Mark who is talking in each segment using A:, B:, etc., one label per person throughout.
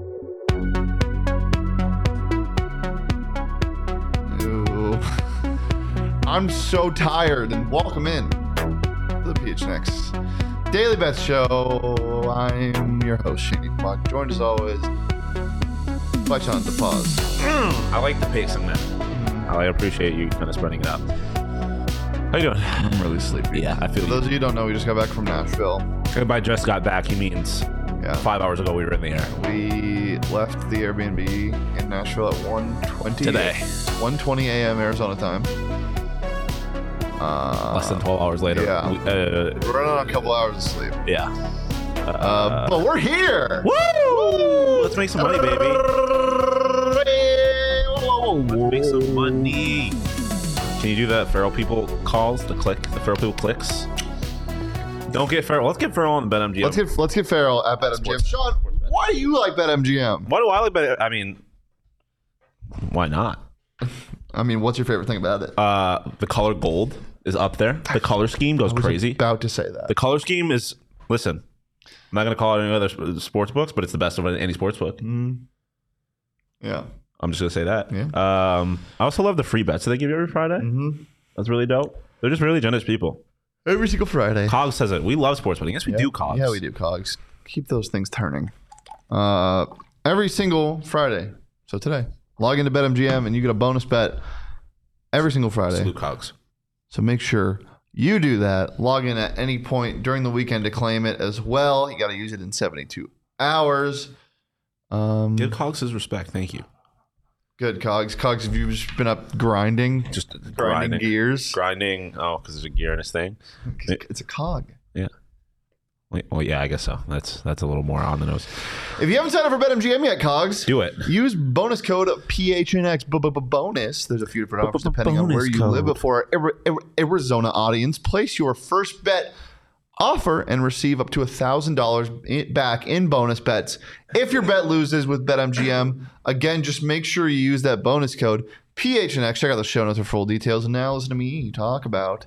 A: I'm so tired, and welcome in to the PHNX Daily Bets Show. I'm your host, Shane Block, joined as always by John DePause.
B: I like the pacing, man. I appreciate you kind of spreading it out. How you doing?
A: I'm really sleepy.
B: Yeah, I feel
A: For
B: you.
A: those of you who don't know, we just got back from Nashville.
B: If I just got back, he means
A: Yeah.
B: five hours ago we were in the air.
A: We left the Airbnb in Nashville at 1.20
B: Today.
A: 1.20 a.m. Arizona time. Uh,
B: Less than 12 hours later.
A: yeah.
B: We, uh,
A: We're running on a couple hours of sleep.
B: yeah.
A: Uh, but we're here!
B: Woo! Let's make some money, baby. Let's make some money. Can you do the feral people calls? The click, the feral people clicks. Don't get feral. Let's get feral on the BetMGM.
A: Let's get let's get Farrell at BetMGM.
B: Sports-
A: Sean, why do you like BetMGM?
B: Why do I like Bet? I mean, why not?
A: I mean, what's your favorite thing about it?
B: Uh, the color gold is up there. The color scheme goes crazy.
A: About to say that.
B: The color scheme is listen. I'm not gonna call it any other sp- sports books, but it's the best of any sports book.
A: yeah.
B: I'm just gonna say that.
A: Yeah.
B: Um, I also love the free bets that they give you every Friday.
A: Mhm.
B: That's really dope. They're just really generous people.
A: Every single Friday.
B: Cogs says it. We love sports betting. Yes, we do. Cogs.
A: Yeah, we do cogs. Keep those things turning. Uh, every single Friday. So today, log into BetMGM and you get a bonus bet every single Friday.
B: Salute Cogs.
A: So make sure you do that. Log in at any point during the weekend to claim it as well. You got to use it in 72 hours. Um,
B: Give
A: good.
B: Cogs his respect. Thank you.
A: cogs. Cogs, have you just been up grinding?
B: Just
A: grinding,
B: grinding.
A: gears.
B: Grinding. Oh, because there's a gear in his thing.
A: It's a cog.
B: Wait, well, yeah, I guess so. That's that's a little more on the nose.
A: If you haven't signed up for BetMGM yet, cogs,
B: Do it.
A: Use bonus code PHNX bu- bu- bu- bonus. There's a few different options depending on
B: Bonus
A: where you live.
B: code.
A: Before our Ari- Ari- Arizona audience, place your first bet offer and receive up to thousand dollars back in bonus bets if your bet loses with BetMGM. Again, just make sure you use that bonus code PHNX. Check out the show notes for full details. And now listen to me talk about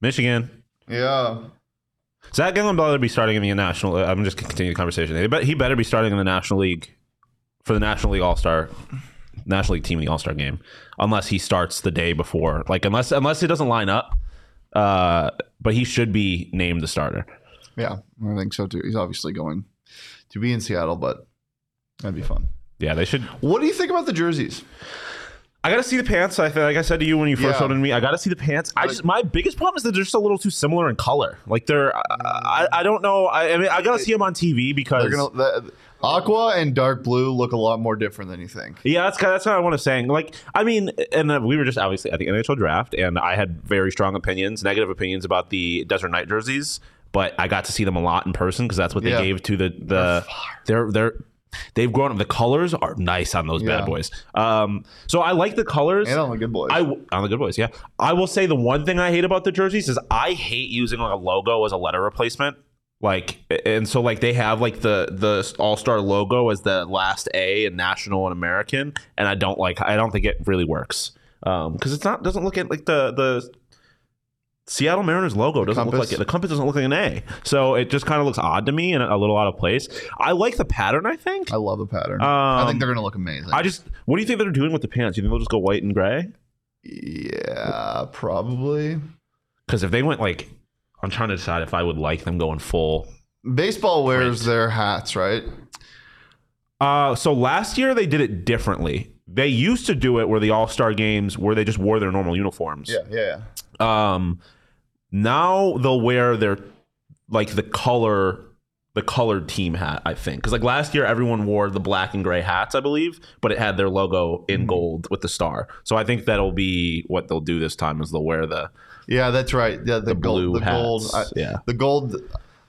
B: Michigan.
A: Yeah.
B: Zach Gillen better be starting in the national. uh, I'm just gonna continue the conversation. He bet- He better be starting in the National League for the National League All Star, National League team in the All Star game, unless he starts the day before. Like unless unless it doesn't line up, uh, but he should be named the starter.
A: Yeah. I think so too. He's obviously going to be in Seattle, but that'd be fun.
B: Yeah, they should.
A: What do you think about the jerseys?
B: I gotta see the pants. I think, like I said to you when you first
A: Yeah.
B: showed it to me, I gotta see the pants. I just my biggest problem is that they're just a little too similar in color. Like they're, I, I, I don't know. I, I mean, I gotta see them on TV because
A: They're gonna the, aqua and dark blue look a lot more different than you think.
B: Yeah, that's kind of, that's kind of what I'm saying. Like, I mean, and uh, we were just obviously at the NHL draft, and I had very strong opinions, negative opinions about the Desert Night jerseys, but I got to see them a lot in person because that's what they
A: Yeah.
B: gave to the the they're they're they've grown up. The colors are nice on those
A: Yeah.
B: bad boys. Um, so I like the colors.
A: And on the good boys.
B: I w- on the good boys, yeah. I will say the one thing I hate about the jerseys is I hate using like a logo as a letter replacement. Like, and so like they have like the the All Star logo as the last A and National and American, and I don't like. I don't think it really works because it's not doesn't look at like the the Seattle Mariners logo doesn't look
A: compass?
B: like it. The compass doesn't look like an A, so it just kind of looks odd to me and a little out of place. I like the pattern. I think.
A: I love the pattern.
B: Um,
A: I think they're gonna look amazing.
B: I just. What do you think they're doing with the pants? You think they'll just go white and gray?
A: yeah, probably.
B: Because if they went like, I'm trying to decide if I would like them going full.
A: Baseball wears their hats, right?
B: Uh, so last year they did it differently. They used to do it where the All Star games where they just wore their normal uniforms.
A: yeah.
B: Um, now they'll wear their like the color the colored team hat. I think because like last year everyone wore the black and gray hats, I believe, but it had their logo in gold with the star. So I think that'll be what they'll do this time is they'll wear the
A: Yeah, that's right. Yeah, the, gold,
B: blue
A: the gold,
B: hats.
A: I,
B: Yeah.
A: the gold.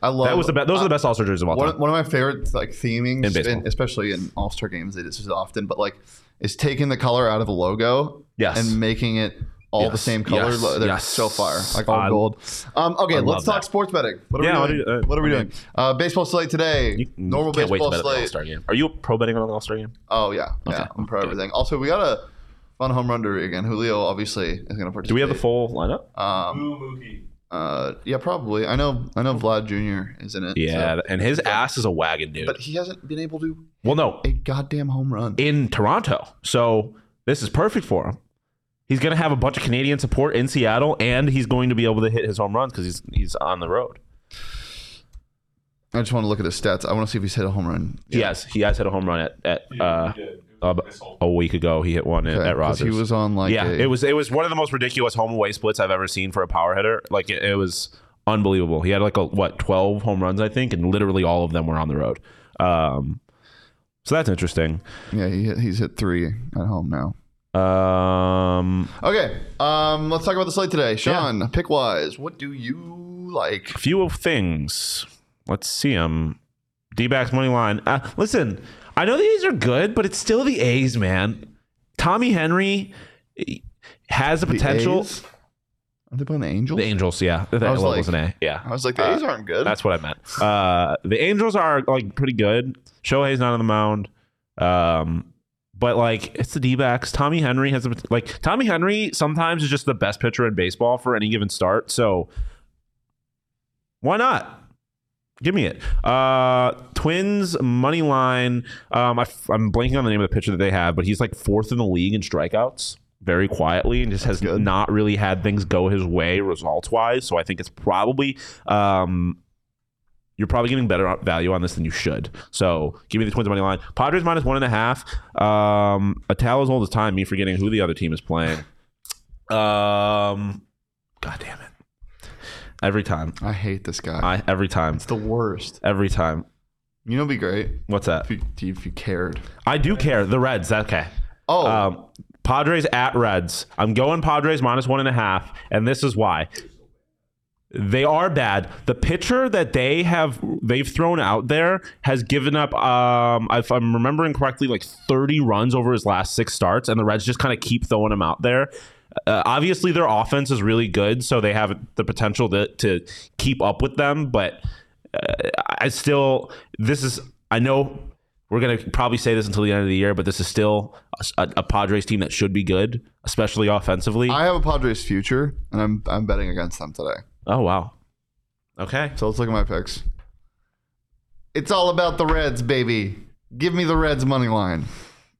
A: I love.
B: that was the best. Those are the best All Star jerseys of all time.
A: One, one of my favorite like themings,
B: In baseball.
A: in- especially in All Star games, they do this often, but like, is taking the color out of a logo,
B: Yes.
A: and making it all the
B: Yes.
A: same color.
B: Yes.
A: Lo- They're
B: Yes.
A: so fire, like all
B: I-
A: gold. Um, okay,
B: I
A: let's
B: love
A: talk
B: that.
A: sports betting. What are
B: Yeah,
A: we
B: what
A: doing?
B: do you- uh,
A: what are we
B: okay.
A: doing? Uh, baseball slate today.
B: You
A: Normal
B: can't wait
A: baseball
B: to bet on the
A: slate.
B: All-Star game. Are you pro betting on the All-Star game?
A: Oh yeah, yeah.
B: Okay.
A: I'm proud of
B: Good.
A: everything. Also, we got a fun home run derby again. Julio obviously is going to participate.
B: Do we have the full lineup?
A: Um,
C: Boo Mookie.
A: uh, yeah, probably. I know. I know Vlad Jr. is in it.
B: Yeah,
A: so-
B: and his ass is a wagon, dude.
A: but he hasn't been able to
B: well, no,
A: a goddamn home run.
B: in Toronto, so this is perfect for him. He's going to have a bunch of Canadian support in Seattle, and he's going to be able to hit his home runs because he's he's on the road.
A: I just want to look at his stats. I want to see if he's hit a home run.
B: Yes, he has hit a home run at at uh,
C: He did. It was
B: ab-
C: this whole-
B: a week ago. He hit one at,
A: Okay,
B: at
A: 'cause
B: Rogers.
A: He was on like
B: yeah,
A: a-
B: it was it was one of the most ridiculous home away splits I've ever seen for a power hitter. Like it, it was unbelievable. He had like a what twelve home runs I think, and literally all of them were on the road. Um, so that's interesting.
A: yeah. He hit, he's hit three at home now.
B: Um,
A: Okay, um, let's talk about the slate today. Sean, pick wise, what do you like?
B: a few of things. Let's see them. D backs money line. Uh, listen, I know the A's are good, but it's still the A's, man. Tommy Henry eh, has the potential.
A: A's? Are they playing the Angels?
B: The Angels, yeah. That
A: I was
B: level's
A: like-
B: an A. Yeah.
A: I was like, the
B: Uh,
A: A's aren't good.
B: That's what I meant. Uh, the Angels are like pretty good. Shohei's not on the mound. Um, but like it's the D-backs. Tommy Henry has a, like Tommy Henry sometimes is just the best pitcher in baseball for any given start. So why not? Give me it. Uh, twins money line. Um, I, am blanking on the name of the pitcher that they have, but he's like fourth in the league in strikeouts, very quietly, and just has
A: good.
B: not really had things go his way results wise. So I think it's probably um, you're probably getting better value on this than you should. So give me the Twins money line. Padres minus one and a half. Um, a towel as old as time. Me forgetting who the other team is playing. Um, God damn it! Every time.
A: I hate this guy.
B: I every time.
A: it's the worst.
B: Every time.
A: You know, it'd be great
B: What's that?
A: if you, if you cared.
B: I do care. The Reds. Okay.
A: Oh,
B: Um, Padres at Reds. I'm going Padres minus one and a half, and this is why. They are bad. The pitcher that they have they've thrown out there has given up. Um, if I'm remembering correctly, like 30 runs over his last six starts, and the Reds just kind of keep throwing him out there. Uh, obviously, their offense is really good, so they have the potential to to keep up with them. But uh, I still, this is, I know we're going to probably say this until the end of the year, but this is still a, a Padres team that should be good, especially offensively.
A: I have a Padres future, and I'm I'm betting against them today.
B: oh, wow. Okay.
A: So let's look at my picks. It's all about the Reds, baby. Give me the Reds money line.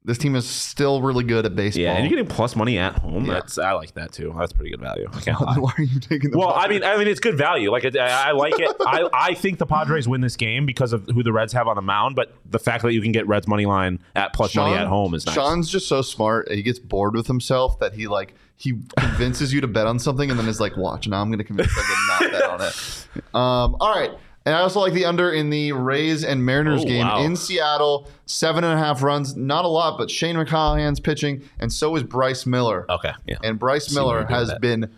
A: This team is still really good at baseball.
B: Yeah, and you're getting plus money at home.
A: Yeah.
B: That's I like that too. Oh, That's pretty good value. I can't
A: Then
B: lie.
A: why are you taking the
B: Well, I
A: Padres?
B: mean, I mean, it's good value. Like, I, I like it. I, I think the Padres win this game because of who the Reds have on the mound. But the fact that you can get Reds money line at plus money at home is nice.
A: Sean's just so smart. He gets bored with himself that he like he convinces you to bet on something and then is like, "Watch, now I'm going to convince you to not bet on it." Um, all right, and I also like the under in the Rays and Mariners
B: Oh,
A: game
B: wow.
A: in Seattle. Seven and a half runs, not a lot, but Shane McCallahan's pitching, and so is Bryce Miller.
B: okay, yeah.
A: And Bryce
B: where
A: Miller
B: you're going
A: has
B: with that.
A: been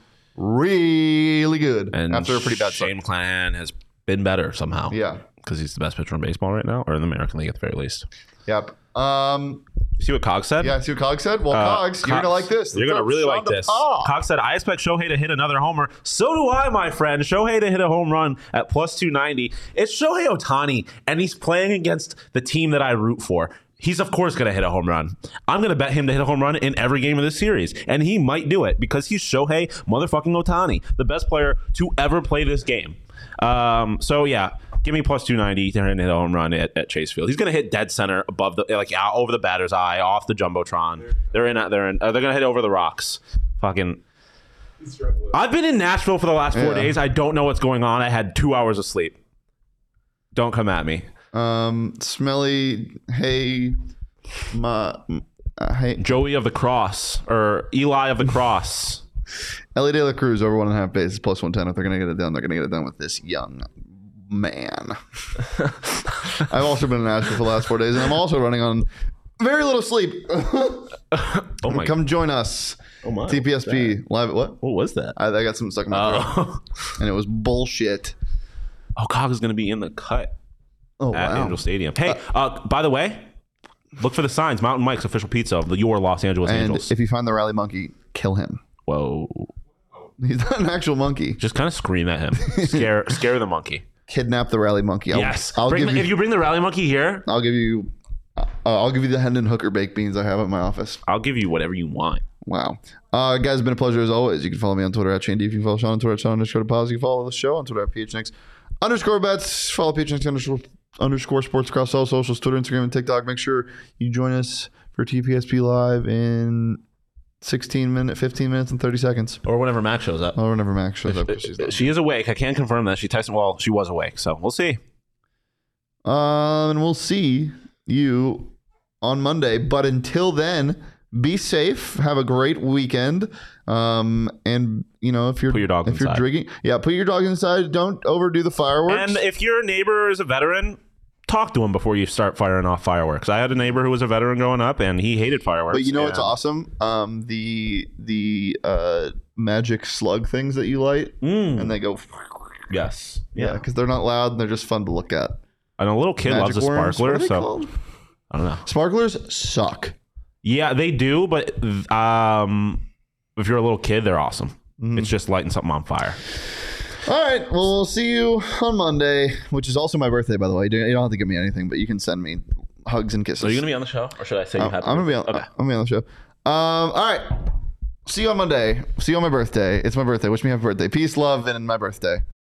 A: really good
B: And
A: after a pretty bad start.
B: Shane McClanahan has been better somehow.
A: Yeah.
B: because he's the best pitcher in baseball right now, or in the American League at the very least.
A: Yep. Um,
B: See what Cog said?
A: yeah, I see what Cog said. Well,
B: Uh,
A: Cogs, you're gonna like this.
B: You're gonna
A: Let's
B: really
A: go,
B: like
A: Sean
B: this.
A: DePaul.
B: Cox said, "I expect Shohei to hit another homer. So do I, my friend. Shohei to hit a home run at plus two ninety. It's Shohei Otani, and he's playing against the team that I root for." He's of course gonna hit a home run. I'm gonna bet him to hit a home run in every game of this series, and he might do it because he's Shohei motherfucking Otani, the best player to ever play this game. Um, so yeah, give me plus two ninety to hit a home run at, at Chase Field. He's gonna hit dead center above the like out over the batter's eye, off the jumbotron. They're in. They're in. Uh, they're gonna hit over the rocks. Fucking.
C: He's struggling.
B: I've been in Nashville for the last four
A: Yeah.
B: days. I don't know what's going on. I had two hours of sleep. Don't come at me,
A: Um, smelly. Hey, my, uh, hey,
B: Joey of the Cross or Eli of the Cross.
A: Ellie De La Cruz over one and a half bases plus one ten. If they're gonna get it done, they're gonna get it done with this young man. I've also been in Nashville for the last four days, and I'm also running on very little sleep.
B: Oh my.
A: Come join us.
B: oh my.
A: TPSP live. What?
B: What was that?
A: I, I got something stuck in my throat,
B: Oh,
A: and it was bullshit.
B: oh, Cog is gonna be in the cut.
A: Oh
B: at
A: wow.
B: Angel Stadium. Hey, uh, by the way, look for the signs. Mountain Mike's official pizza of the your Los Angeles
A: And
B: Angels.
A: if you find the rally monkey, kill him.
B: Whoa.
A: He's not an actual monkey.
B: Just kind of scream at him. Scare scare the monkey.
A: Kidnap the rally monkey. I'll,
B: yes.
A: I'll
B: Bring
A: give
B: the-
A: you,
B: if you bring the rally monkey here,
A: I'll give you. Uh, I'll give you the Hendon Hooker baked beans I have at my office.
B: I'll give you whatever you want.
A: Wow. Uh, guys, it's been a pleasure as always. You can follow me on Twitter at Shane D. You can follow Sean on Twitter at Sean underscore deposit. You can follow the show on Twitter at PHNX underscore bets. Follow PHNX underscore, underscore sports across all socials, Twitter, Instagram, and TikTok. Make sure you join us for TPSP Live in 16 minutes, 15 minutes, and 30 seconds.
B: Or whenever Matt shows up.
A: Oh, whenever Max shows up. 'cause she's there.
B: She is awake. I can't confirm that. She texted well, she was awake, so we'll see.
A: Um, and we'll see you on Monday. But until then, be safe. Have a great weekend. Um, and you know if you're
B: Put your dog
A: if you're
B: inside.
A: drinking, yeah, put your dog inside. Don't overdo the fireworks.
B: And if your neighbor is a veteran, talk to him before you start firing off fireworks. I had a neighbor who was a veteran growing up, and he hated fireworks.
A: but you know what's
B: and-
A: awesome? Um, the the uh, magic slug things that you light,
B: Mm,
A: and they go
B: yes.
A: yeah,
B: Yeah.
A: because they're not loud and they're just fun to look at.
B: And a little kid
A: magic
B: loves a
A: worms. What are
B: sparkler,
A: they
B: so
A: called?
B: I don't know.
A: sparklers suck.
B: Yeah, they do, but um, if you're a little kid, they're awesome.
A: Mhm.
B: It's just lighting something on fire.
A: All right. Well, we'll see you on Monday, which is also my birthday, by the way. You don't you don't have to give me anything, but you can send me hugs and kisses.
B: be on the show, or should I say
A: I'm, I'm gonna be on. I'm gonna be on the show. Um. All right. See you on Monday. See you on my birthday. It's my birthday. Wish me happy birthday. Peace, love, and my birthday.